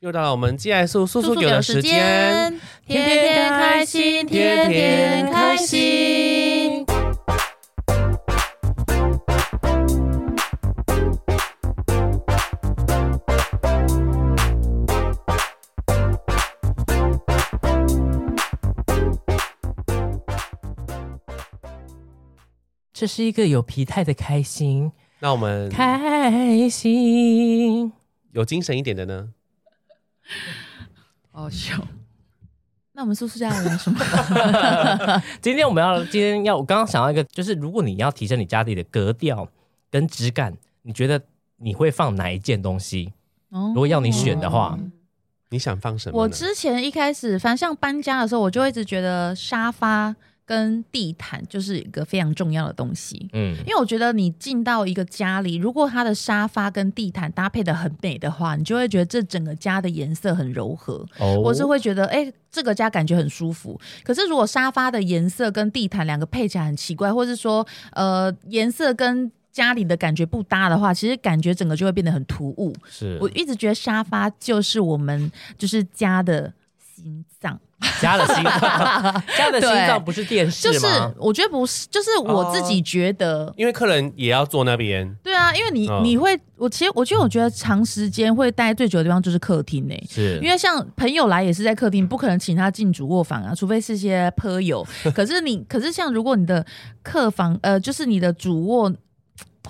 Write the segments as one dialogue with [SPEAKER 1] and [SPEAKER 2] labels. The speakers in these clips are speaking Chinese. [SPEAKER 1] 又到了我们寄来素素
[SPEAKER 2] 叔
[SPEAKER 1] 素
[SPEAKER 2] 叔
[SPEAKER 1] 给的时间，，
[SPEAKER 2] 天天开心，天天开心。
[SPEAKER 3] 这是一个有疲态的开心，
[SPEAKER 1] 那我们
[SPEAKER 3] 开心。
[SPEAKER 1] 有精神一点的呢？
[SPEAKER 2] 好笑。那我们宿舍家人什么？
[SPEAKER 3] 今天我们要，今天要，我刚刚想到一个，就是如果你要提升你家里的格调跟质感，你觉得你会放哪一件东西？
[SPEAKER 2] 如
[SPEAKER 3] 如果要你选
[SPEAKER 1] 的
[SPEAKER 3] 话
[SPEAKER 1] 你想放什么呢？
[SPEAKER 2] 哦我之前一开始，反正像搬家的时候，我就一直觉得沙发跟地毯就是一个非常重要的东西。
[SPEAKER 3] 嗯，
[SPEAKER 2] 因为我觉得你进到一个家里，如果它的沙发跟地毯搭配的很美的话，你就会觉得这整个家的颜色很柔和。
[SPEAKER 3] 哦
[SPEAKER 2] 我是会觉得，哎、这个家感觉很舒服。可是如果沙发的颜色跟地毯两个配起来很奇怪，或是说，呃，颜色跟家里的感觉不搭的话，其实感觉整个就会变得很突兀。
[SPEAKER 3] 是
[SPEAKER 2] 我一直觉得沙发就是我们就是家的心脏，
[SPEAKER 3] 家的心 脏，家的心脏
[SPEAKER 2] 对
[SPEAKER 3] 不是电视
[SPEAKER 2] 就是
[SPEAKER 3] 吗？
[SPEAKER 2] 我觉得不是，就是我自己觉得。
[SPEAKER 1] 因为客人也要坐那 边，
[SPEAKER 2] 对啊，因为你、
[SPEAKER 1] 哦嗯
[SPEAKER 2] 你会，我其实我觉得我觉得长时间会待最久的地方就是客厅呢、
[SPEAKER 3] 是
[SPEAKER 2] 因为像朋友来也是在客厅，不可能请他进主卧房啊，除非是些朋友。可是你，可是像如果你的客房，呃，就是你的主卧，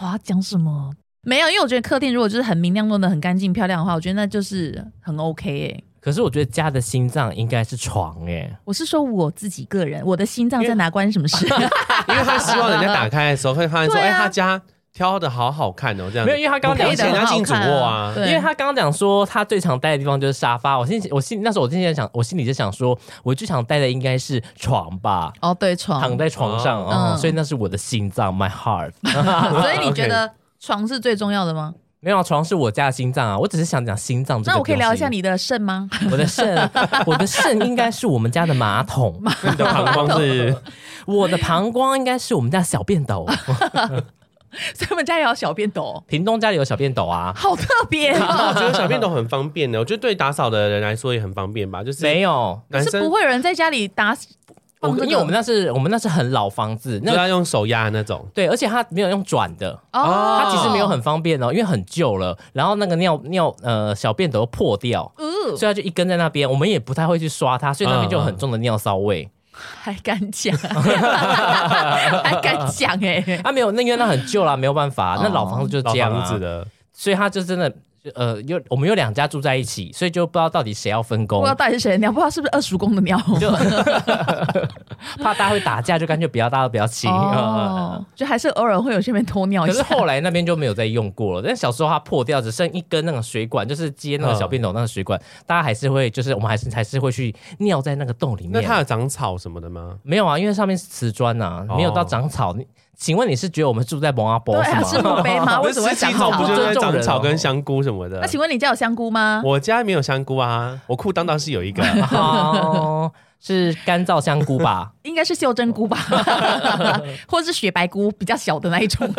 [SPEAKER 2] 哇，讲什么？没有，因为我觉得客厅如果就是很明亮、弄得很干净、漂亮的话，我觉得那就是很 OK 哎、
[SPEAKER 3] 可是我觉得家的心脏应该是床哎，
[SPEAKER 2] 我是说我自己个人，我的心脏在哪关你什 么事？
[SPEAKER 1] 因为他希望人家打开的时候会发现说，
[SPEAKER 2] 对
[SPEAKER 1] 哎、
[SPEAKER 2] 啊
[SPEAKER 1] 他家挑的好好看哦，这样
[SPEAKER 3] 没有，因为他刚刚
[SPEAKER 1] 配
[SPEAKER 3] 讲
[SPEAKER 1] 的
[SPEAKER 3] 说
[SPEAKER 1] 很好看啊
[SPEAKER 2] 对，
[SPEAKER 3] 因为他刚刚讲说他最常待的地方就是沙发，我心我心那时候我之前想，我心里就想说，我最常待的应该是床吧，
[SPEAKER 2] 哦，对床，
[SPEAKER 3] 躺在床上
[SPEAKER 2] 哦
[SPEAKER 3] 哦，
[SPEAKER 2] 嗯
[SPEAKER 3] 所以那是我的心脏，my heart。
[SPEAKER 2] 啊所以你觉得床是最重要的吗？
[SPEAKER 3] 没有啊，床是我家的心脏啊，我只是想讲心脏这个。
[SPEAKER 2] 那我可以聊一下，你的肾吗？
[SPEAKER 3] 我的肾，我的肾应该是我们家的马桶，
[SPEAKER 1] 那你的膀胱是
[SPEAKER 3] 我的膀胱应该是我们家的小便斗。
[SPEAKER 2] 所以我们家也有小便斗，哦
[SPEAKER 3] 屏东家里有小便斗啊？
[SPEAKER 2] 好特别、哦。
[SPEAKER 1] 我觉得小便斗很方便的，我觉得对打扫的人来说也很方便吧，就是
[SPEAKER 3] 没有，
[SPEAKER 1] 男
[SPEAKER 2] 是
[SPEAKER 1] 生
[SPEAKER 2] 不会有人在家里打
[SPEAKER 3] 我
[SPEAKER 2] 放这
[SPEAKER 3] 因
[SPEAKER 2] 个
[SPEAKER 3] 为我们那是我们那是很老房子，
[SPEAKER 1] 就
[SPEAKER 3] 那
[SPEAKER 1] 要用手压的那种。
[SPEAKER 3] 对，而且它没有用转的，
[SPEAKER 2] 哦，
[SPEAKER 3] 它其实没有很方便哦，因为很旧了，然后那个尿尿呃小便斗又破掉，
[SPEAKER 2] 呃
[SPEAKER 3] 所以，它就一根在那边，我们也不太会去刷它，所以那边就有
[SPEAKER 1] 嗯
[SPEAKER 3] 很
[SPEAKER 1] 嗯
[SPEAKER 3] 重的尿骚味。
[SPEAKER 2] 还敢 讲，还敢讲哎、
[SPEAKER 3] 啊，没有，那因为那很旧啦，没有办法，那老房子就是
[SPEAKER 1] 老
[SPEAKER 3] 这样
[SPEAKER 1] 房
[SPEAKER 3] 啊
[SPEAKER 1] 子，的，
[SPEAKER 3] 所以它就真的。呃，又我们有两家住在一起，所以就不知道到底谁要分
[SPEAKER 2] 不
[SPEAKER 3] 工
[SPEAKER 2] 知道，到底是谁的尿，不知道是不是二叔公 的尿。
[SPEAKER 3] 就怕大家会打架，就干脆不要大家都不要亲。
[SPEAKER 2] 哦，啊就还是偶尔会有些人偷尿一
[SPEAKER 3] 呃可是
[SPEAKER 2] 下。
[SPEAKER 3] 后来那边就没有再用过了。但小时候它破掉，只剩一根那个水管，就是接那个小便斗那个水管，大家还是会，就是我们还是还是会去尿在那个洞里
[SPEAKER 1] 那
[SPEAKER 3] 面。
[SPEAKER 1] 它有长草什么的吗？
[SPEAKER 3] 没有啊，因为上面是瓷砖呐、
[SPEAKER 1] 哦
[SPEAKER 3] 没有到长草。你请问你是觉得我们住在蒙阿波
[SPEAKER 2] 对
[SPEAKER 3] 是
[SPEAKER 2] 啊，
[SPEAKER 3] 吗？
[SPEAKER 2] 是墓碑吗？为什么会
[SPEAKER 1] 那
[SPEAKER 2] 讲
[SPEAKER 1] 十七种
[SPEAKER 2] 好
[SPEAKER 1] 不？就是在长
[SPEAKER 3] 尊重人
[SPEAKER 1] 草
[SPEAKER 3] 哦
[SPEAKER 1] 跟香菇什么的
[SPEAKER 2] 那？请问你家有香菇吗？
[SPEAKER 1] 我家没有香菇啊，我裤裆倒是有 一个。
[SPEAKER 3] 哦，是干燥香菇 吧？
[SPEAKER 2] 应该是袖珍 菇吧，或者是雪白菇，比较小的那一种。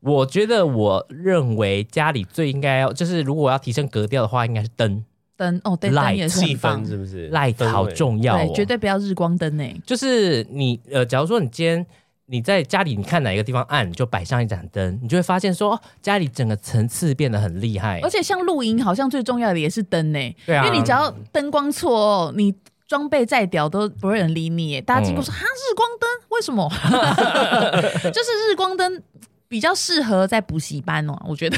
[SPEAKER 3] 我觉得我认为家里最应该要就是，如果要提升格调的话，应该是灯，
[SPEAKER 2] 灯哦，对，灯
[SPEAKER 3] Light，
[SPEAKER 2] 也是
[SPEAKER 1] 气
[SPEAKER 2] 很棒
[SPEAKER 1] 氛，是不是？
[SPEAKER 3] 赖
[SPEAKER 1] 氛围
[SPEAKER 3] 好重要、哦
[SPEAKER 2] 对，，绝对不要日光灯欸诶。
[SPEAKER 3] 就是你呃，假如说你今天你在家里，你看哪一个地方暗，你就摆上一盏灯，你就会发现说，哦家里整个层次变得很厉害
[SPEAKER 2] 而。且像露营，好像最重要的也是灯呢、
[SPEAKER 3] 对啊
[SPEAKER 2] 因为你只要灯光错哦，你装备再屌都不会有人理你、耶。大家经过说
[SPEAKER 1] 嗯
[SPEAKER 2] 哈、日光灯为 什么？就是日光灯比较适合在补习班哦、我觉得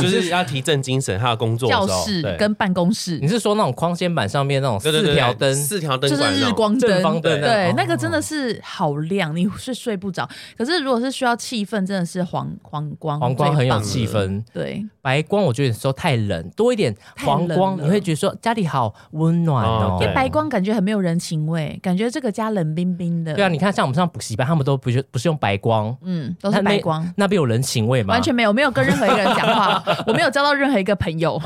[SPEAKER 1] 就是要提振精神，还有工作的时
[SPEAKER 2] 教
[SPEAKER 1] 候
[SPEAKER 2] 室
[SPEAKER 1] 对
[SPEAKER 2] 跟办公室
[SPEAKER 3] 你是说那种光纤板上面那种
[SPEAKER 1] 对对对
[SPEAKER 3] 四条
[SPEAKER 1] 对
[SPEAKER 3] 灯？
[SPEAKER 1] 四条灯哦
[SPEAKER 2] 就
[SPEAKER 1] 管
[SPEAKER 2] 是
[SPEAKER 1] 那
[SPEAKER 2] 日
[SPEAKER 1] 种
[SPEAKER 2] 光
[SPEAKER 3] 正
[SPEAKER 2] 灯，
[SPEAKER 3] 方灯啊
[SPEAKER 2] 对
[SPEAKER 3] 哦，
[SPEAKER 2] 那个真的是好亮，你 是睡不着。可是如果是需要气氛，真的是黄黄光，
[SPEAKER 3] 黄光很有
[SPEAKER 2] 最棒了
[SPEAKER 3] 气。氛，
[SPEAKER 2] 对，
[SPEAKER 3] 白光我觉得有时候太冷，多一点黄
[SPEAKER 2] 太冷
[SPEAKER 3] 光，
[SPEAKER 2] 了
[SPEAKER 3] 你会觉得说家里好温暖
[SPEAKER 1] 哦
[SPEAKER 3] 哦。
[SPEAKER 1] 对
[SPEAKER 2] 因为白光感觉很没有人情味，感觉这个家冷冰冰的。
[SPEAKER 3] 对啊，你看像我们上补习班，他们都不是不是用白光，
[SPEAKER 2] 嗯，都是
[SPEAKER 3] 那那
[SPEAKER 2] 白光。
[SPEAKER 3] 那边有人情味吗？
[SPEAKER 2] 完全没有，没有跟任何一个人讲 话，我没有交到任何一个朋友，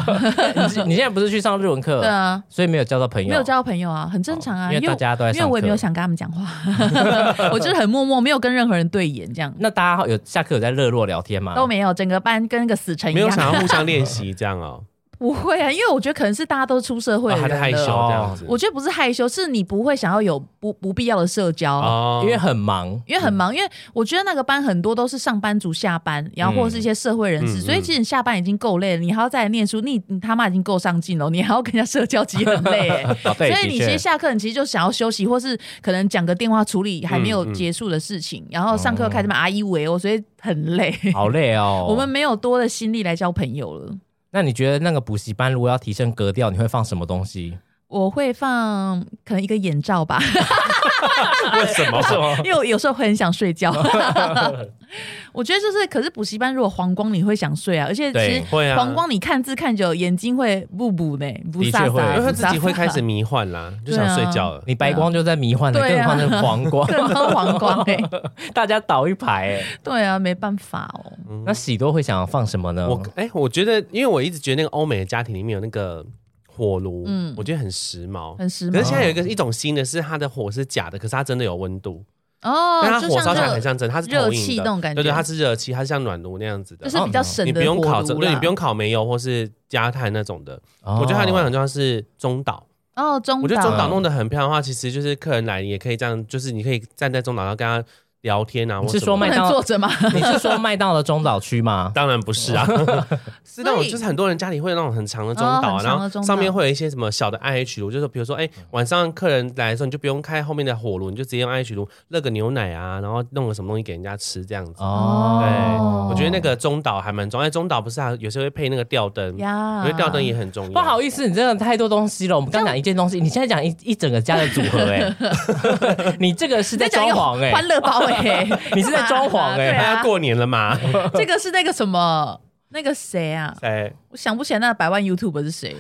[SPEAKER 3] 你是。你现在不是去上日文课，
[SPEAKER 2] 对啊，
[SPEAKER 3] 所以没有交到朋友，哦
[SPEAKER 2] 没有交到朋友啊，很正常啊，
[SPEAKER 3] 因为大家都在
[SPEAKER 2] 因为
[SPEAKER 3] 上
[SPEAKER 2] 我也没有
[SPEAKER 3] 课。
[SPEAKER 2] 想跟他们讲话， 我就是很默默，没有跟任何人对眼，这样
[SPEAKER 3] 那大家有下课有在热络聊天吗？
[SPEAKER 2] 都没有，整个班跟个死城一
[SPEAKER 1] 没有想
[SPEAKER 2] 样，
[SPEAKER 1] 要互相练习这样哦。
[SPEAKER 2] 不会啊，因为我觉得可能是大家都出社 会
[SPEAKER 1] 哦
[SPEAKER 2] 了，
[SPEAKER 1] 还在害羞这样子。
[SPEAKER 2] 我觉得不是害羞，是你不会想要有不不必要的社交。
[SPEAKER 1] 哦
[SPEAKER 3] 因为很忙，
[SPEAKER 2] 因为很忙，因为我觉得那个班很多都是上班族下班，然后或者是一些社会人士，
[SPEAKER 1] 嗯
[SPEAKER 2] 所以其实你下班已经够累了，你还要再来念书，你你他妈已经够上进了，你还要跟人家社交，其实很累、欸。
[SPEAKER 3] 啊
[SPEAKER 2] 所
[SPEAKER 3] 对
[SPEAKER 2] 以你其
[SPEAKER 3] 的
[SPEAKER 2] 实
[SPEAKER 3] 确
[SPEAKER 2] 下课，你其实就想要休息，或是可能讲个电话处理还没有
[SPEAKER 1] 嗯嗯
[SPEAKER 2] 结束的事情，然后上课开始嘛阿一围哦，所以很累。
[SPEAKER 3] 好累哦。
[SPEAKER 2] 我们没有多的心力来交朋友了。
[SPEAKER 3] 那你觉得那个补习班如果要提升格调，你会放什么东西？
[SPEAKER 2] 我会放可能一个眼罩吧，
[SPEAKER 1] 为什么？
[SPEAKER 2] 因为我有时候会很想睡觉。 我觉得就是，可是补习班如果黄光你会想睡啊，而且其实
[SPEAKER 3] 对
[SPEAKER 1] 会啊，
[SPEAKER 2] 黄光你看字看久，眼睛会不补呢，不
[SPEAKER 3] 的
[SPEAKER 2] 飒
[SPEAKER 3] 确会
[SPEAKER 2] 飒，
[SPEAKER 1] 因为他
[SPEAKER 2] 不
[SPEAKER 1] 自己
[SPEAKER 2] 飒飒
[SPEAKER 1] 会开始。迷幻啦，就
[SPEAKER 2] 啊
[SPEAKER 1] 想睡觉了。
[SPEAKER 3] 你白光就在迷幻了，
[SPEAKER 2] 对
[SPEAKER 3] 更
[SPEAKER 2] 啊
[SPEAKER 3] 何况是黄 光，
[SPEAKER 2] 更喝黄光哎、
[SPEAKER 3] 大家倒一排哎。
[SPEAKER 2] 对啊，没办法哦。
[SPEAKER 1] 嗯
[SPEAKER 3] 那喜多会想要放什么呢？
[SPEAKER 1] 我哎、我觉得，因为我一直觉得那个欧美的家庭里面有那个火炉，嗯，我觉得很时髦。
[SPEAKER 2] 很时
[SPEAKER 1] 可是
[SPEAKER 2] 髦
[SPEAKER 1] 现在有一个一种新的是，它的火是假的，可是它真的有温度，
[SPEAKER 2] 哦，
[SPEAKER 1] 但它
[SPEAKER 2] 就
[SPEAKER 1] 火烧
[SPEAKER 2] 像
[SPEAKER 1] 起来
[SPEAKER 2] 热
[SPEAKER 1] 很像真的，它是
[SPEAKER 2] 热
[SPEAKER 1] 投影
[SPEAKER 2] 气
[SPEAKER 1] 的
[SPEAKER 2] 那种感觉，
[SPEAKER 1] 对对，它是热气，它是像暖炉那样子的，啊
[SPEAKER 2] 就是比较省
[SPEAKER 1] 哦你
[SPEAKER 2] 的
[SPEAKER 1] 不用烤
[SPEAKER 2] 火
[SPEAKER 1] 这，
[SPEAKER 2] 炉
[SPEAKER 1] 对，你
[SPEAKER 2] 啦
[SPEAKER 1] 不用烤煤油或是加炭那种的。
[SPEAKER 3] 哦
[SPEAKER 1] 我觉得它另外很重要是中岛，
[SPEAKER 2] 哦，中
[SPEAKER 1] 我觉得中
[SPEAKER 2] 岛
[SPEAKER 1] 岛弄得很漂亮的话，其实就是客人来你也可以这样，就是你可以站在中岛，然后跟他聊天啊。
[SPEAKER 3] 你
[SPEAKER 1] 或
[SPEAKER 3] 是
[SPEAKER 1] 什
[SPEAKER 3] 说
[SPEAKER 1] 么
[SPEAKER 2] 不
[SPEAKER 1] 的
[SPEAKER 3] 麦当
[SPEAKER 2] 能
[SPEAKER 3] 劳
[SPEAKER 2] 坐着吗？
[SPEAKER 3] 你是说麦当劳中岛 区吗？
[SPEAKER 1] 当然不是啊，是那
[SPEAKER 2] 哦所
[SPEAKER 1] 种
[SPEAKER 2] 以
[SPEAKER 1] 就是很多人家里会有那种很长的中岛啊，
[SPEAKER 2] 哦很
[SPEAKER 1] 然
[SPEAKER 2] 长的
[SPEAKER 1] 后
[SPEAKER 2] 中岛
[SPEAKER 1] 上面会有一些什么小的 IH 炉，就是比如说哎、晚上客人来的时候，你就不用开后面的火炉，你就直接用 IH 炉热个牛奶啊，然后弄个什么东西给人家吃这样子。
[SPEAKER 2] 哦
[SPEAKER 1] 对，我觉得
[SPEAKER 3] 哦
[SPEAKER 1] 那个中岛还蛮重要，哎中岛不是还有时候会配那个吊灯，我
[SPEAKER 2] 呀
[SPEAKER 1] 觉得吊灯也很重要。
[SPEAKER 3] 不好意思，你真的太多东西了。我们刚讲一件东西，你现在讲一一整个家的组合哎， 你这个是
[SPEAKER 2] 你
[SPEAKER 3] 在
[SPEAKER 2] 在
[SPEAKER 3] 装
[SPEAKER 2] 讲一个
[SPEAKER 3] 潢
[SPEAKER 1] 欸
[SPEAKER 3] 哎，
[SPEAKER 2] 欢乐包 哎、
[SPEAKER 3] 你是在装潢哎
[SPEAKER 2] 对
[SPEAKER 1] 大
[SPEAKER 2] 啊
[SPEAKER 1] 家欸过年了嘛，
[SPEAKER 2] 这个是那个什么，那个谁啊？
[SPEAKER 1] 哎，
[SPEAKER 2] 我想不起来那百万 YouTube 是谁，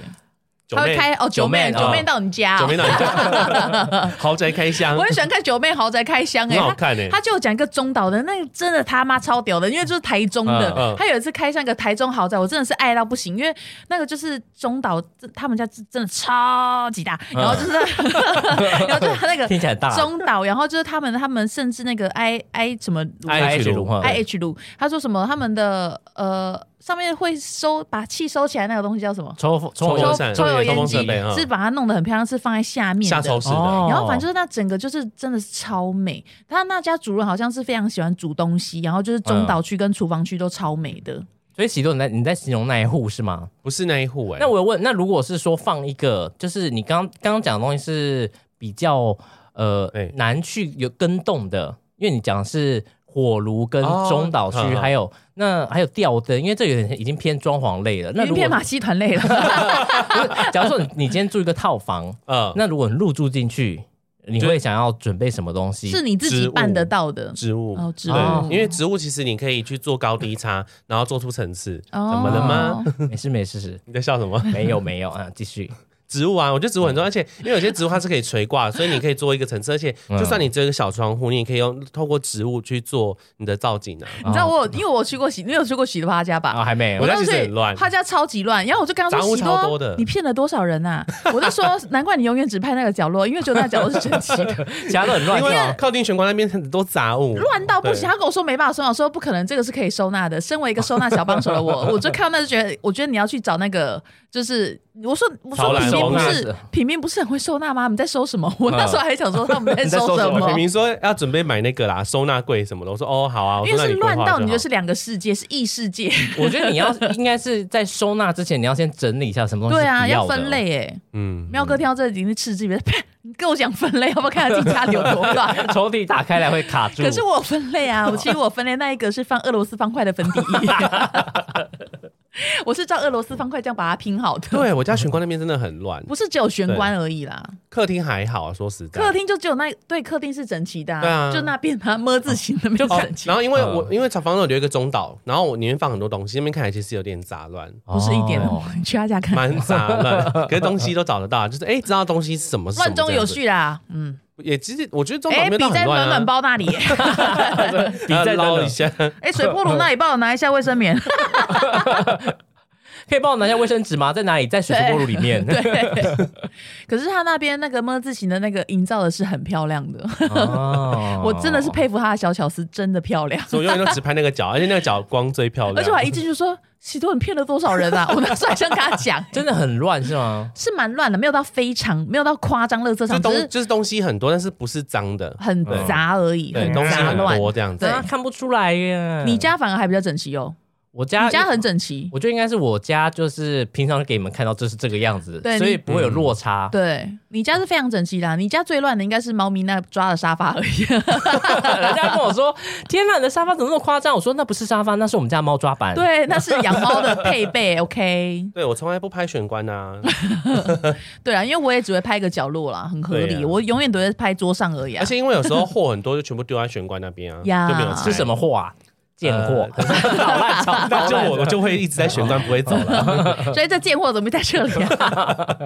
[SPEAKER 1] 九
[SPEAKER 2] 他会
[SPEAKER 1] 妹，
[SPEAKER 2] 开哦九妹
[SPEAKER 3] 九妹
[SPEAKER 2] 九妹
[SPEAKER 3] 哦
[SPEAKER 2] 到你家、
[SPEAKER 1] 九
[SPEAKER 2] 哦
[SPEAKER 1] 妹，那你家 豪宅开箱
[SPEAKER 2] 我，很喜欢看九妹豪宅开箱哎、
[SPEAKER 1] 很好
[SPEAKER 2] 欸。
[SPEAKER 1] 看哎
[SPEAKER 2] 他，就有讲一个中岛的，那个真的他妈超屌的，因为就是台中的。
[SPEAKER 1] 嗯嗯
[SPEAKER 2] 他有一次开上一个台中豪宅，我真的是爱到不行，因为那个就是中岛，他们家真的超级大，
[SPEAKER 1] 嗯
[SPEAKER 2] 然 后就是，然后就是他那个
[SPEAKER 3] 听起来很 大
[SPEAKER 2] 中岛，然后就是他们他们甚至那个 I I 什么鲁啊
[SPEAKER 1] IH
[SPEAKER 3] 如何？
[SPEAKER 2] I H 路，他说什么？他们的呃上面会收把气收起来那个东西叫什么？
[SPEAKER 3] 抽风
[SPEAKER 1] 抽
[SPEAKER 3] 抽
[SPEAKER 1] 油
[SPEAKER 3] 油
[SPEAKER 1] 扇
[SPEAKER 2] 抽油
[SPEAKER 1] 抽
[SPEAKER 2] 烟
[SPEAKER 1] 风
[SPEAKER 2] 机
[SPEAKER 1] 设备嗯
[SPEAKER 2] 是把它弄得很漂亮，是放在下面的。哦
[SPEAKER 1] 下哦抽式的，
[SPEAKER 2] 然后反正就是那整个就是真的是超美，他那家主人好像是非常喜欢煮东西，然后就是中岛区跟厨房区都超美
[SPEAKER 1] 哦
[SPEAKER 2] 的。
[SPEAKER 3] 所以喜多你在你在形容那一户是吗？
[SPEAKER 1] 不是那一户哎
[SPEAKER 3] 那。我有问，那如果是说放一个，就是你刚刚刚讲的东西是比较呃
[SPEAKER 1] 对
[SPEAKER 3] 难去有跟动的，因为你讲的是火炉跟
[SPEAKER 1] 哦
[SPEAKER 3] 中岛区，
[SPEAKER 1] 嗯嗯
[SPEAKER 3] 还有那还有吊灯，因为这有点已经偏装潢类了。那
[SPEAKER 2] 已
[SPEAKER 3] 如
[SPEAKER 2] 经
[SPEAKER 3] 果
[SPEAKER 2] 骗马戏团累了，
[SPEAKER 3] 假如说你你今天住一个 套房，
[SPEAKER 1] 嗯，
[SPEAKER 3] 那如果你入住进去，你
[SPEAKER 1] 就
[SPEAKER 3] 会想要准备什么东西？
[SPEAKER 2] 是你自己办得到的。
[SPEAKER 1] 植物
[SPEAKER 2] 哦植
[SPEAKER 1] 对
[SPEAKER 3] 物
[SPEAKER 1] 因为植物其实你可以去做高低差，然后做出层次。
[SPEAKER 2] 哦
[SPEAKER 1] 怎么了吗？
[SPEAKER 3] 没事没事是，
[SPEAKER 1] 你在笑什么？
[SPEAKER 3] 没有没有啊，继续。
[SPEAKER 1] 植物啊，我觉得植物很重要，而且因为有些植物它是可以垂挂，所以你可以做一个层次，而且就算你只有一个小窗户，你也可以用透过植物去做你的造景啊。
[SPEAKER 2] 你知道我有，因为我去过喜，你有去过喜多他家吧？
[SPEAKER 3] 啊，哦还没
[SPEAKER 1] 哦我家
[SPEAKER 3] 有
[SPEAKER 2] 我当
[SPEAKER 1] 其
[SPEAKER 2] 时
[SPEAKER 1] 实很乱
[SPEAKER 2] 他家超级乱。然后我就跟他
[SPEAKER 1] 杂
[SPEAKER 2] 说：“
[SPEAKER 1] 物
[SPEAKER 2] 喜
[SPEAKER 1] 超多的
[SPEAKER 2] 你骗了多少人啊？”我就说：“ 难怪你永远只拍那个角落，因为就那个角落是整齐的，
[SPEAKER 3] 其他都很乱
[SPEAKER 1] 因为
[SPEAKER 3] 哦。
[SPEAKER 1] 靠近玄关那边很多杂物，
[SPEAKER 2] 乱到不行。”
[SPEAKER 1] 对
[SPEAKER 2] 他跟我说没办法收纳，我说不可能，这个是可以收纳的。身为一个收纳小帮手的我，我就看到那就觉得，我觉得你要去找那个，就是我说我
[SPEAKER 1] 潮男
[SPEAKER 2] 说品明不
[SPEAKER 3] 收纳
[SPEAKER 2] 是
[SPEAKER 3] 是
[SPEAKER 2] 品明不是很会收纳吗？你在收什么？我那时候还想说他们在
[SPEAKER 3] 你在收
[SPEAKER 2] 收什
[SPEAKER 3] 什么
[SPEAKER 1] 我明
[SPEAKER 2] 么。
[SPEAKER 1] 明说要准备买那个啦，收纳柜什么的，我说哦好啊，我
[SPEAKER 2] 因
[SPEAKER 1] 说
[SPEAKER 2] 为
[SPEAKER 1] 那
[SPEAKER 2] 是
[SPEAKER 1] 你规划
[SPEAKER 2] 乱到你
[SPEAKER 1] 就
[SPEAKER 2] 就
[SPEAKER 1] 好
[SPEAKER 2] 是两个世界，是异世界，
[SPEAKER 3] 我觉得你 要应该是在收纳之前，你要先整理一下什么东西
[SPEAKER 2] 对
[SPEAKER 3] 是
[SPEAKER 2] 啊，
[SPEAKER 3] 不
[SPEAKER 2] 要
[SPEAKER 3] 的
[SPEAKER 2] 分。类哎。
[SPEAKER 1] 嗯
[SPEAKER 2] 喵哥听到这已经是嗤之以鼻，啪 你跟我讲分类，要不要看看自己家里有多 乱？
[SPEAKER 3] 抽屉打开来会卡住。
[SPEAKER 2] 可是我有分类啊，我其实我分类那一个是放俄罗斯方块的粉底液， 我是照俄罗斯方块这样把它拼好的，
[SPEAKER 1] 对我家玄关那边真的很乱，
[SPEAKER 2] 不是只有玄关而已啦。
[SPEAKER 1] 客厅还好啊，说实在，
[SPEAKER 2] 客厅就只有那对客厅是整齐的、
[SPEAKER 1] 对啊
[SPEAKER 2] 就那边它么字形的没有
[SPEAKER 1] 哦
[SPEAKER 2] 整齐，
[SPEAKER 1] 然后因为
[SPEAKER 3] 嗯
[SPEAKER 1] 我因为房东有一个中岛，然后我里面放很多东西，那边看起来其实有点杂乱，
[SPEAKER 2] 不是一点
[SPEAKER 3] 哦
[SPEAKER 2] 哦，你去他家看，
[SPEAKER 1] 蛮杂乱， 可是东西都找得到，就是哎、知道东西是什么，是什么
[SPEAKER 2] 乱中
[SPEAKER 1] 这样
[SPEAKER 2] 有，序啦。嗯，
[SPEAKER 1] 子也其实我觉得中岛
[SPEAKER 2] 哎、
[SPEAKER 1] 没有
[SPEAKER 2] 笔
[SPEAKER 1] 到
[SPEAKER 2] 在
[SPEAKER 1] 很乱
[SPEAKER 2] 暖暖
[SPEAKER 1] 啊，
[SPEAKER 2] 包那里，
[SPEAKER 1] 比
[SPEAKER 3] 笔在哪
[SPEAKER 1] 捞
[SPEAKER 3] 里
[SPEAKER 1] 一 下，
[SPEAKER 2] 哎、水波炉那里帮我拿一下卫生 棉。
[SPEAKER 3] 可以帮我拿下卫生纸吗？在哪里？在水波炉里面。
[SPEAKER 2] 对，可是他那边那个么字形的那个营造的是很漂亮的，
[SPEAKER 3] 哦
[SPEAKER 2] 我真的是佩服他的小巧思，真的漂亮。
[SPEAKER 1] 所以我永远都只拍那个角，而且那个角光最漂亮，
[SPEAKER 2] 而且我还一进去说喜多你骗了多少 人啊？我那时候还想跟他讲，
[SPEAKER 3] 真的很乱是吗？
[SPEAKER 2] 是蛮乱的，没有到非常，没有到夸张乐色
[SPEAKER 1] 就是
[SPEAKER 2] 场，只
[SPEAKER 1] 东
[SPEAKER 2] 是
[SPEAKER 1] 就是东西很多，但是不是脏的，
[SPEAKER 2] 很
[SPEAKER 3] 嗯
[SPEAKER 2] 杂而已，
[SPEAKER 1] 对，东西
[SPEAKER 2] 杂
[SPEAKER 1] 很
[SPEAKER 2] 乱。
[SPEAKER 1] 多这样子
[SPEAKER 2] 对。
[SPEAKER 3] 啊看不出来耶。
[SPEAKER 2] 你家反而还比较整齐哦，
[SPEAKER 3] 我嗯家
[SPEAKER 2] 你家很整齐，
[SPEAKER 3] 我觉得应该是我家，就是平常给你们看到就是这个样子
[SPEAKER 2] 对，
[SPEAKER 3] 所
[SPEAKER 2] 你
[SPEAKER 3] 以不会有落差。
[SPEAKER 2] 对你家是非常整齐啦。你家最乱的应该是猫咪那抓的沙发 而已。嗯
[SPEAKER 3] 人家跟我说：“天哪，你的沙发怎么那么夸张？”我说：“那不是沙发，那是我们家猫抓板。”，
[SPEAKER 2] 对，那是养猫的配备。OK，
[SPEAKER 1] 对我从来不拍玄关 啊，
[SPEAKER 2] 对啊，因为我也只会拍一个角落啦，很合
[SPEAKER 1] 对啊
[SPEAKER 2] 理。我永远都会拍桌上而已、 啊
[SPEAKER 1] 而。且因为有时候货很多，就全部丢在玄关那边啊，
[SPEAKER 2] 呀
[SPEAKER 1] 就没有拆
[SPEAKER 3] 是什么货啊？贱货，
[SPEAKER 1] 呃
[SPEAKER 3] 好烂超
[SPEAKER 1] 那
[SPEAKER 3] 烂
[SPEAKER 1] 就我我就会一直在玄关不会走 了。
[SPEAKER 2] 所以这贱货怎么在这里啊？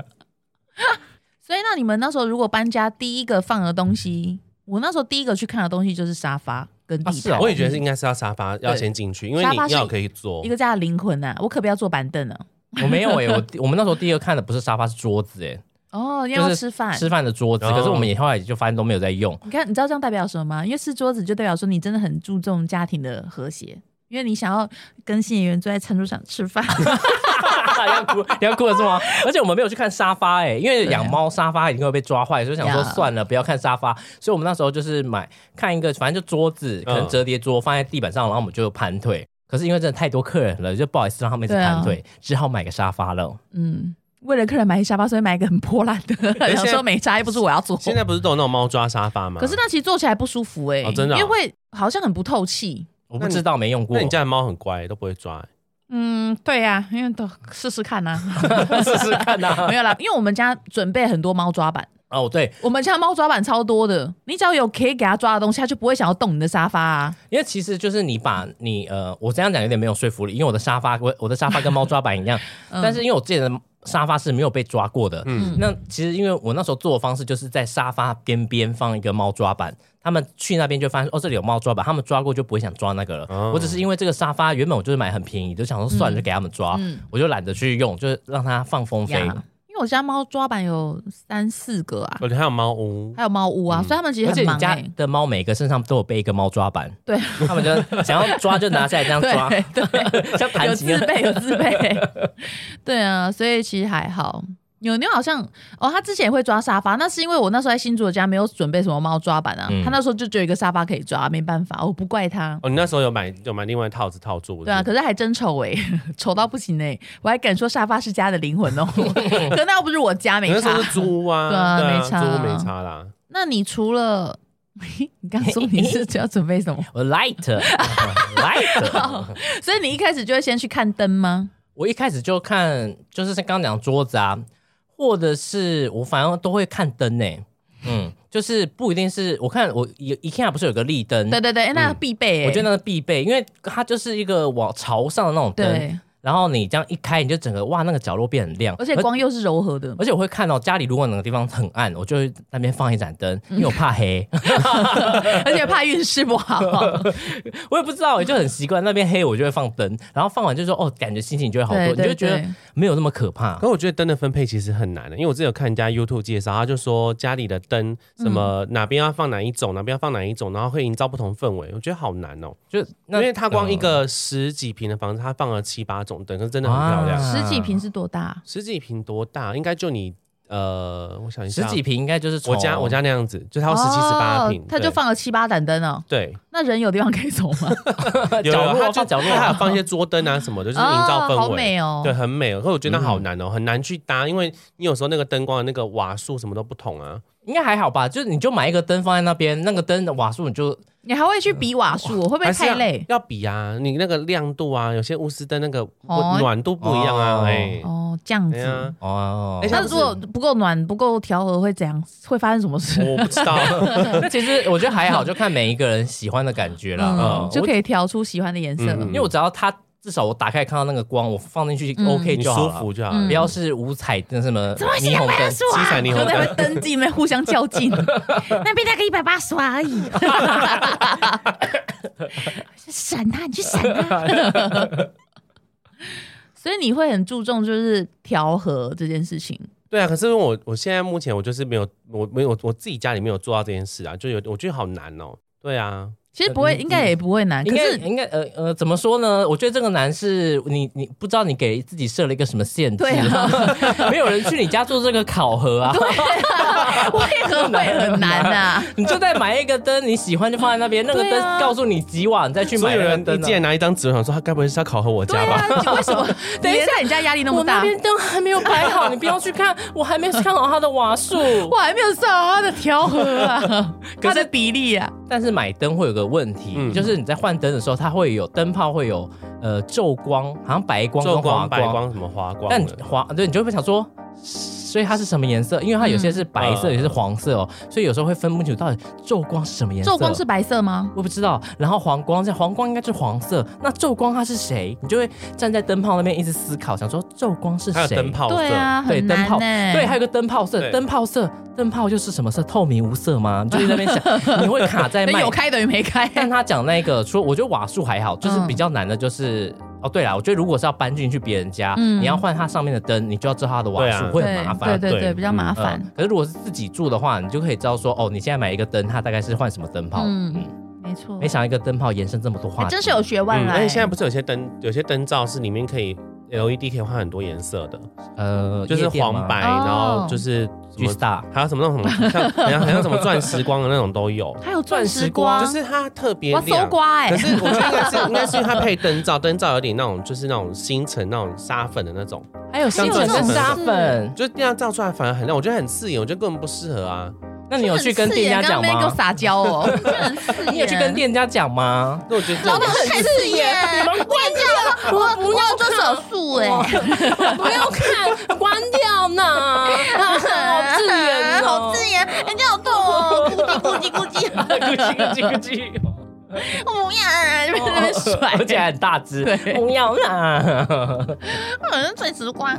[SPEAKER 2] 所以那你们那时候如果搬家，第一个放的东西，我那时候第一个去看的东西就是沙发跟地
[SPEAKER 3] 啊是
[SPEAKER 2] 毯，
[SPEAKER 3] 哦
[SPEAKER 1] 我也觉得是应该是要沙发要
[SPEAKER 2] 对
[SPEAKER 1] 先进去，因为
[SPEAKER 2] 沙
[SPEAKER 1] 你
[SPEAKER 2] 发是
[SPEAKER 1] 要可以坐
[SPEAKER 2] 一。个家的灵魂呐、啊。我可不要坐板凳啊！
[SPEAKER 3] 我没有哎、我我们那时候第一个看的不是沙发，是桌子哎、
[SPEAKER 2] 哦，因为
[SPEAKER 3] 就
[SPEAKER 2] 要
[SPEAKER 3] 是
[SPEAKER 2] 吃饭。
[SPEAKER 3] 吃饭的桌子。
[SPEAKER 1] 哦
[SPEAKER 3] 可是我们也后来就发现都没有在用，
[SPEAKER 2] 你看，你知道这样代表什么吗？因为是桌子就代表说你真的很注重家庭的和谐，因为你想要跟新演员坐在餐桌上 吃饭。
[SPEAKER 3] 要哭要哭了是吗？而且我们没有去看沙发哎、因为
[SPEAKER 2] 对
[SPEAKER 3] 养猫沙发一定会被抓坏，所以想说
[SPEAKER 2] 呀
[SPEAKER 3] 算了，不要看沙发。所以我们那时候就是买看一个，反正就桌子，可
[SPEAKER 1] 嗯
[SPEAKER 3] 能折叠桌放在地板上，然后我们就盘腿。可是因为真的太多客人了，就不好意思让他们一直
[SPEAKER 2] 对啊
[SPEAKER 3] 盘腿，只好买个沙发了。
[SPEAKER 2] 嗯，为了客人买沙发，所以买一个很破烂 的，然后
[SPEAKER 1] 现在
[SPEAKER 2] 说没差，又不是我要坐。
[SPEAKER 1] 现在不是都有那种猫抓沙发吗？
[SPEAKER 2] 可是那其实坐起来不舒服哎、
[SPEAKER 1] 哦真的啊
[SPEAKER 2] 因为会好像很不透气。
[SPEAKER 3] 我
[SPEAKER 1] 那
[SPEAKER 3] 不
[SPEAKER 1] 你
[SPEAKER 3] 知道没用过
[SPEAKER 1] 那，你家的猫很乖，都不会抓、欸
[SPEAKER 2] 嗯，对呀、因为都试试看呐、啊
[SPEAKER 3] 试试看呐、
[SPEAKER 1] 啊
[SPEAKER 2] 没有啦，因为我们家准备很多猫抓板，
[SPEAKER 3] 哦，对，
[SPEAKER 2] 我们家猫抓板超多的，你只要有可以给它抓的东西，它就不会想要动你的沙发啊。
[SPEAKER 3] 因为其实就是你把你呃，我这样讲有点没有说服力，因为我的沙发，我我的沙发跟猫抓板一样，
[SPEAKER 2] 嗯
[SPEAKER 3] 但是因为我之前的沙发是没有被抓过的，
[SPEAKER 1] 嗯
[SPEAKER 3] 嗯，那其实因为我那时候做的方式就是在沙发边边放一个猫抓板，他们去那边就发现哦这里有猫抓板，他们抓过就不会想抓那个了。
[SPEAKER 1] 哦
[SPEAKER 3] 我只是因为这个沙发原本我就是买很便宜，就想说算了就给他们抓，
[SPEAKER 2] 嗯
[SPEAKER 3] 我就懒得去用，就是让它放风飞。
[SPEAKER 2] 呀因为我家猫抓板有三四个啊，
[SPEAKER 1] 哦而且还有猫屋，
[SPEAKER 2] 还有猫屋啊，所以他们其实
[SPEAKER 3] 而且
[SPEAKER 2] 很忙
[SPEAKER 3] 你
[SPEAKER 2] 哎、
[SPEAKER 3] 家的猫每个身上都有背一个猫抓板，
[SPEAKER 2] 对
[SPEAKER 3] 他们就想要抓就拿下来这样抓，
[SPEAKER 2] 对对，
[SPEAKER 3] 像弹
[SPEAKER 2] 有
[SPEAKER 3] 琴啊
[SPEAKER 2] 自
[SPEAKER 3] 一样。
[SPEAKER 2] 备有自备， 对啊，所以其实还好。牛牛好像哦，他之前也会抓沙发，那是因为我那时候在新竹的家没有准备什么猫抓板啊，
[SPEAKER 3] 嗯
[SPEAKER 2] 他那时候就只有一个沙发可以抓，没办法，我不怪他。
[SPEAKER 1] 哦，你那时候有买有买另外套子套住？
[SPEAKER 2] 对啊，可是还真丑哎、 丑到不行哎、我还敢说沙发是家的灵魂哦、可那又不是我家
[SPEAKER 1] 你
[SPEAKER 2] 没
[SPEAKER 1] 那时
[SPEAKER 2] 差
[SPEAKER 1] 候。是租屋啊，
[SPEAKER 2] 对啊
[SPEAKER 1] 对
[SPEAKER 2] 没差
[SPEAKER 1] 租
[SPEAKER 2] 啊
[SPEAKER 1] 屋没差啦。
[SPEAKER 2] 那你除了 你刚说你是要准备什么？
[SPEAKER 3] 我 light light，
[SPEAKER 2] 所以你一开始就会先去看灯吗？
[SPEAKER 3] 我一开始就看，就是像刚刚讲桌子啊，或者是我反正都会看灯呢、嗯，就是不一定是我看我有 IKEA 不是有个立灯，
[SPEAKER 2] 对对对，哎那必备、
[SPEAKER 3] 嗯
[SPEAKER 2] 欸
[SPEAKER 3] 我觉得那是必备，因为它就是一个往朝上的那种灯，
[SPEAKER 2] 对，
[SPEAKER 3] 然后你这样一开，你就整个哇那个角落变很亮，
[SPEAKER 2] 而且光又是柔和的。
[SPEAKER 3] 而且我会看到家里如果哪个地方很暗，我就会那边放一盏 灯，因为我怕黑。
[SPEAKER 2] 而且怕运势不好。
[SPEAKER 3] 我也不知道，我就很习惯那边黑，我就会放灯，然后放完就说哦，感觉心情就会 好多，
[SPEAKER 2] 对对
[SPEAKER 3] 你就觉
[SPEAKER 2] 对
[SPEAKER 3] 得没有那么可怕
[SPEAKER 1] 可。是我觉得灯的分配其实很难的、因为我之前有看人家 YouTube 介绍，他就说家里的灯什么哪边要放哪一种，哪边要放哪一种，然后会营造不同氛围。我觉得好难哦、
[SPEAKER 3] 就
[SPEAKER 1] 因
[SPEAKER 3] 那
[SPEAKER 1] 为他光一个十几平的房子，他放了七八种灯，可是真的很漂亮。
[SPEAKER 3] 啊
[SPEAKER 2] 十几平是多大？
[SPEAKER 1] 十几平多大？应该就你呃，我想一
[SPEAKER 3] 十
[SPEAKER 1] 下，
[SPEAKER 3] 几平应该就是从
[SPEAKER 1] 我家 我家那样子，就它有十七十八平
[SPEAKER 2] 哦，他就
[SPEAKER 1] 对
[SPEAKER 2] 放了七八盏灯哦。
[SPEAKER 1] 对，
[SPEAKER 2] 那人有地方可以走吗？
[SPEAKER 1] 有
[SPEAKER 3] 角
[SPEAKER 1] 有它
[SPEAKER 3] 落
[SPEAKER 1] 就
[SPEAKER 3] 哦放角
[SPEAKER 1] 它还有
[SPEAKER 3] 落，
[SPEAKER 1] 放一些桌灯啊什么的， 就是营造
[SPEAKER 2] 哦，
[SPEAKER 1] 氛
[SPEAKER 2] 好
[SPEAKER 1] 围。
[SPEAKER 2] 美哦。
[SPEAKER 1] 对，很美，可是我觉得那好难哦，很难去搭，因为你有时候那个灯光的那个瓦数什么都不同啊。
[SPEAKER 3] 应该还好吧？就是你就买一个灯放在那边，那个灯的瓦数你就
[SPEAKER 2] 你还会去比瓦数，会不会
[SPEAKER 1] 还是
[SPEAKER 2] 太
[SPEAKER 1] 要
[SPEAKER 2] 累？
[SPEAKER 1] 要比啊，你那个亮度啊，有些钨丝灯那个
[SPEAKER 2] 哦
[SPEAKER 1] 暖度不一样啊，
[SPEAKER 3] 哦
[SPEAKER 1] 哎，
[SPEAKER 2] 哦，这样
[SPEAKER 1] 对啊
[SPEAKER 2] 子。，
[SPEAKER 3] 哦
[SPEAKER 1] 哎。
[SPEAKER 2] 那
[SPEAKER 1] 像
[SPEAKER 2] 如
[SPEAKER 1] 是
[SPEAKER 2] 果不够暖、不够调和，会怎样？会发生什么事？
[SPEAKER 1] 我不知道，
[SPEAKER 3] 那 其实我觉得还好，就看每一个人喜欢的感觉啦。
[SPEAKER 2] 嗯
[SPEAKER 3] 嗯，，
[SPEAKER 2] 就
[SPEAKER 3] 我
[SPEAKER 2] 可以调出喜欢的颜色了
[SPEAKER 1] 嗯
[SPEAKER 3] 因为我只要它至少我打开看到那个光，我放进去
[SPEAKER 2] 嗯
[SPEAKER 3] OK
[SPEAKER 1] 你
[SPEAKER 3] 就好
[SPEAKER 1] 舒
[SPEAKER 3] 了，
[SPEAKER 1] 服就好
[SPEAKER 2] 嗯
[SPEAKER 1] 了
[SPEAKER 3] 不。要是五彩那什么
[SPEAKER 2] 怎么现
[SPEAKER 3] 霓
[SPEAKER 2] 在
[SPEAKER 3] 虹
[SPEAKER 2] 买
[SPEAKER 3] 灯
[SPEAKER 2] 二。十瓦？
[SPEAKER 1] 七彩霓虹
[SPEAKER 2] 就在那
[SPEAKER 1] 灯
[SPEAKER 2] 边登记，那边互相 较劲。那边那个一百八十瓦而已，闪啊他，你去闪他。 所以你会很注重就是调和这件事情，
[SPEAKER 1] 对啊，可是我我现在目前我就是没有，我没有我自己家里没有做到这件事啊，就有我觉得好难哦。对啊，
[SPEAKER 2] 其实不会，应该也不会难。
[SPEAKER 3] 嗯应
[SPEAKER 2] 啊可
[SPEAKER 3] 该
[SPEAKER 2] 是
[SPEAKER 3] 应该呃呃，怎么说呢？我觉得这个难是你你不知道你给自己设了一个什么限制，
[SPEAKER 2] 对啊
[SPEAKER 3] 没有人去你家做这个考核啊，
[SPEAKER 2] 为何会很难 啊？
[SPEAKER 3] 你就再买一个灯，你喜欢就放在那 边，那个
[SPEAKER 2] 对
[SPEAKER 3] 灯
[SPEAKER 2] 啊
[SPEAKER 3] 告诉你几晚再去
[SPEAKER 1] 所以
[SPEAKER 3] 买
[SPEAKER 1] 有
[SPEAKER 3] 那个
[SPEAKER 1] 人
[SPEAKER 3] 灯
[SPEAKER 1] 一
[SPEAKER 3] 啊、
[SPEAKER 1] 进来拿一张纸，我想说他该不会是要考核我
[SPEAKER 2] 对
[SPEAKER 1] 家吧？
[SPEAKER 2] 啊，你为什么？
[SPEAKER 3] 等一下
[SPEAKER 2] 你连在你家压力那么
[SPEAKER 3] 我那
[SPEAKER 2] 大，
[SPEAKER 3] 边灯还没有摆好，你不要去看， 我还没有看好它的瓦数。
[SPEAKER 2] 我还没有算好它的调和啊，
[SPEAKER 3] 可
[SPEAKER 2] 它
[SPEAKER 3] 是
[SPEAKER 2] 的比例啊。
[SPEAKER 3] 但是买灯会有个问题，
[SPEAKER 1] 嗯
[SPEAKER 3] 就是你在换灯的时候，它会有灯泡会有呃昼光，好像白光跟
[SPEAKER 1] 做
[SPEAKER 3] 华
[SPEAKER 1] 光、白光什么华光
[SPEAKER 3] 但
[SPEAKER 1] 的，
[SPEAKER 3] 黄对，你就会想说，所以它是什么颜色？因为它有些是白色，
[SPEAKER 1] 嗯
[SPEAKER 3] 有些是黄色哦，所以有时候会分不清楚到底昼光是什么颜色。
[SPEAKER 2] 昼光是白色吗？
[SPEAKER 3] 我不知道，然后黄光，这黄光应该是黄色，那昼光它是谁？你就会站在灯泡那边一直思考，想说昼光是
[SPEAKER 1] 还有
[SPEAKER 3] 谁？
[SPEAKER 1] 灯泡色，
[SPEAKER 2] 对啊，
[SPEAKER 3] 对
[SPEAKER 2] 很
[SPEAKER 3] 灯
[SPEAKER 2] 难
[SPEAKER 3] 泡，
[SPEAKER 2] 呢。
[SPEAKER 3] 对，还有个灯泡色，
[SPEAKER 1] 对
[SPEAKER 3] 灯泡色，灯泡又是什么色？透明无色吗？你就在那边想， 你会卡 在
[SPEAKER 2] 那
[SPEAKER 3] 麦
[SPEAKER 2] 有开等于没开。
[SPEAKER 3] 但他讲那个说，我觉得瓦数还好，就是比较难的，就是、哦，对啦，我觉得如果是要搬进去别人家，
[SPEAKER 2] 嗯
[SPEAKER 3] 你要换它上面的灯，你就要知道它的瓦
[SPEAKER 1] 对
[SPEAKER 3] 数，
[SPEAKER 1] 啊
[SPEAKER 3] 会很麻烦。
[SPEAKER 2] 对对
[SPEAKER 1] 对
[SPEAKER 2] 对，比较麻烦。
[SPEAKER 3] 嗯可是如果是自己住的话，你就可以知道说，哦，你现在买一个灯，它大概是换什么灯泡。
[SPEAKER 2] 嗯
[SPEAKER 3] 嗯
[SPEAKER 2] 没错
[SPEAKER 3] 没，想到一个灯泡延伸这么多话题，
[SPEAKER 2] 还哎真是有学问
[SPEAKER 1] 嗯，
[SPEAKER 2] 啦
[SPEAKER 1] 而
[SPEAKER 2] 欸。
[SPEAKER 1] 且现在不是有些灯，有些灯罩是里面可以 LED 可以换很多颜色的，
[SPEAKER 3] 呃，
[SPEAKER 1] 就是
[SPEAKER 3] 夜店吗
[SPEAKER 1] 黄白，
[SPEAKER 2] 哦
[SPEAKER 1] 然后就是什
[SPEAKER 3] 巨
[SPEAKER 1] 么，
[SPEAKER 3] 大，
[SPEAKER 1] 还有什么那种什么，像好像好像什么钻石光的那种都有，
[SPEAKER 2] 还有钻石
[SPEAKER 1] 就
[SPEAKER 2] 光，
[SPEAKER 1] 是它特别
[SPEAKER 2] 我搜
[SPEAKER 1] 亮。
[SPEAKER 2] 刮哎
[SPEAKER 1] 可，是我觉得应该是应该是因为它配灯罩，灯罩有点那种就是那种星辰那种沙粉的那种，
[SPEAKER 3] 还有
[SPEAKER 1] 像
[SPEAKER 3] 星辰
[SPEAKER 1] 钻
[SPEAKER 3] 跟
[SPEAKER 1] 石
[SPEAKER 3] 沙粉。
[SPEAKER 1] 就那样照出来反而很亮，我觉得很刺眼，我觉得根本不适合啊。
[SPEAKER 3] 那你有去跟店家讲
[SPEAKER 2] 刚刚那边给我
[SPEAKER 3] 吗？
[SPEAKER 2] 撒娇 哦，就很刺眼。
[SPEAKER 3] 你有去跟店家讲吗？
[SPEAKER 1] 那我觉得这
[SPEAKER 2] 老
[SPEAKER 1] 种
[SPEAKER 2] 板很刺眼，我跟
[SPEAKER 3] 哎
[SPEAKER 2] 你讲，我不要做手术哎，
[SPEAKER 3] 不要看，关掉呢， 好刺眼
[SPEAKER 2] 好
[SPEAKER 3] 哦，
[SPEAKER 2] 刺眼，人家好痛 哦，咕叽咕叽咕叽，
[SPEAKER 3] 咕叽咕叽咕叽。
[SPEAKER 2] 我不要，在那边甩，
[SPEAKER 3] 而且还很大只，
[SPEAKER 2] 对
[SPEAKER 3] 不要啦！
[SPEAKER 2] 好像钻石光。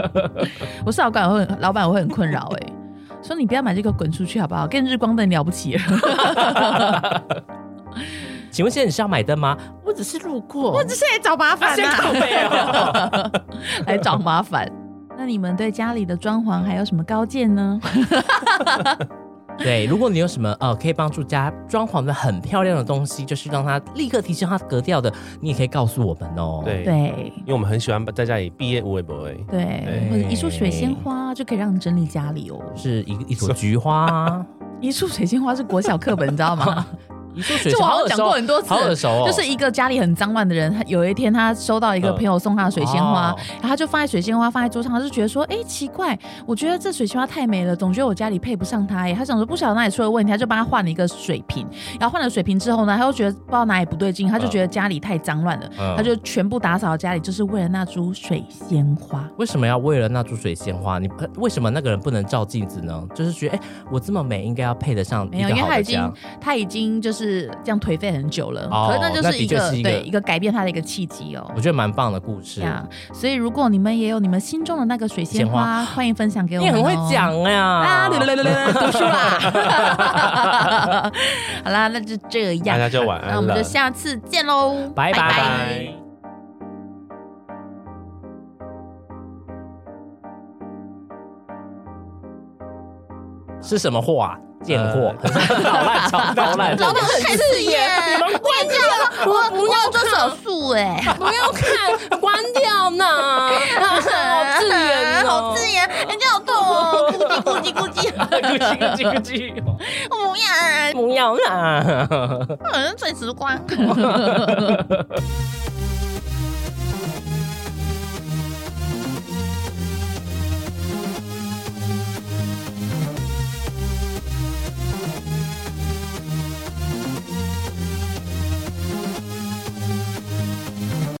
[SPEAKER 2] 我是老板，我会很老板我会很困扰哎、说你不要买这个，滚出去好不好？跟日光灯了不起 了，
[SPEAKER 3] 请问现在你是要买灯吗？我只是路过，我只啊
[SPEAKER 2] 是来找麻啊
[SPEAKER 3] 发现靠背哦。
[SPEAKER 2] 来找麻烦。那你们对家里的装潢还有什么高见呢？
[SPEAKER 3] 对，如果你有什么呃可以帮助家装潢的很漂亮的东西，就是让它立刻提升它格调的，你也可以告诉我们哦。
[SPEAKER 1] 对，
[SPEAKER 2] 对
[SPEAKER 1] 因为我们很喜欢在家里毕业无为不为。
[SPEAKER 2] 对，或者一束水仙花就可以让你整理家里哦。
[SPEAKER 3] 是一一朵 菊花，啊
[SPEAKER 2] 一束水仙花是国小课本，你知道吗？
[SPEAKER 3] 一束水
[SPEAKER 2] 这
[SPEAKER 3] 仙
[SPEAKER 2] 我
[SPEAKER 3] 花，
[SPEAKER 2] 好
[SPEAKER 3] 好
[SPEAKER 2] 像
[SPEAKER 3] 耳
[SPEAKER 2] 讲
[SPEAKER 3] 熟
[SPEAKER 2] 过，很多次
[SPEAKER 3] 好，耳熟哦。
[SPEAKER 2] 就是一个家里很脏乱的人，他有一天他收到一个朋友送他的水仙花，
[SPEAKER 3] 嗯哦
[SPEAKER 2] 然后他就放在水仙花放在桌上，他就觉得说，哎、奇怪，我觉得这水仙花太美了，总觉得我家里配不上它耶。他想说不晓得哪里出了问题，他就帮他换了一个水瓶，然后换了水瓶之后呢，他又觉得不知道哪里不对劲，他就觉得家里太脏乱了，
[SPEAKER 3] 嗯
[SPEAKER 2] 他就全部打扫家里，就是为了那株水仙花。
[SPEAKER 3] 为什么要为了那株水仙花？你呃为什么那个人不能照镜子呢？就是觉得，哎、我这么美，应该要配得上一
[SPEAKER 2] 没有，
[SPEAKER 3] 个
[SPEAKER 2] 因
[SPEAKER 3] 好
[SPEAKER 2] 为他
[SPEAKER 3] 的
[SPEAKER 2] 已经
[SPEAKER 3] 家。
[SPEAKER 2] 他已经就是这样颓废很久了，
[SPEAKER 3] 哦
[SPEAKER 2] 可是那就
[SPEAKER 3] 那
[SPEAKER 2] 是
[SPEAKER 3] 的
[SPEAKER 2] 一
[SPEAKER 3] 确
[SPEAKER 2] 个
[SPEAKER 3] 是一个
[SPEAKER 2] 对一个改变他的一个契机哦。
[SPEAKER 3] 我觉得蛮棒的故事。
[SPEAKER 2] 呀所以如果你们也有你们心中的那个水仙花，欢迎分享给我
[SPEAKER 3] 你
[SPEAKER 2] 们、哦。
[SPEAKER 3] 很会讲呀、
[SPEAKER 2] 啊！对对对对，读书啦。 好啦，那就这
[SPEAKER 1] 大
[SPEAKER 2] 样，
[SPEAKER 1] 家就晚安
[SPEAKER 2] 那
[SPEAKER 1] 了，
[SPEAKER 2] 我们就下次见喽，
[SPEAKER 3] 哎拜拜。 是什么货啊？贱货，
[SPEAKER 2] 呃
[SPEAKER 3] 捣烂超捣烂，
[SPEAKER 2] 老板很刺眼，关掉，我不要做手术哎、
[SPEAKER 3] 不要看，关掉 呢，好刺眼
[SPEAKER 2] 好
[SPEAKER 3] 哦，
[SPEAKER 2] 刺眼，人家好痛哦，咕叽咕叽咕
[SPEAKER 3] 咕叽
[SPEAKER 2] 叽，
[SPEAKER 3] 咕叽咕叽，
[SPEAKER 2] 我不要，嗯
[SPEAKER 3] 不要啦。
[SPEAKER 2] 好像钻石光。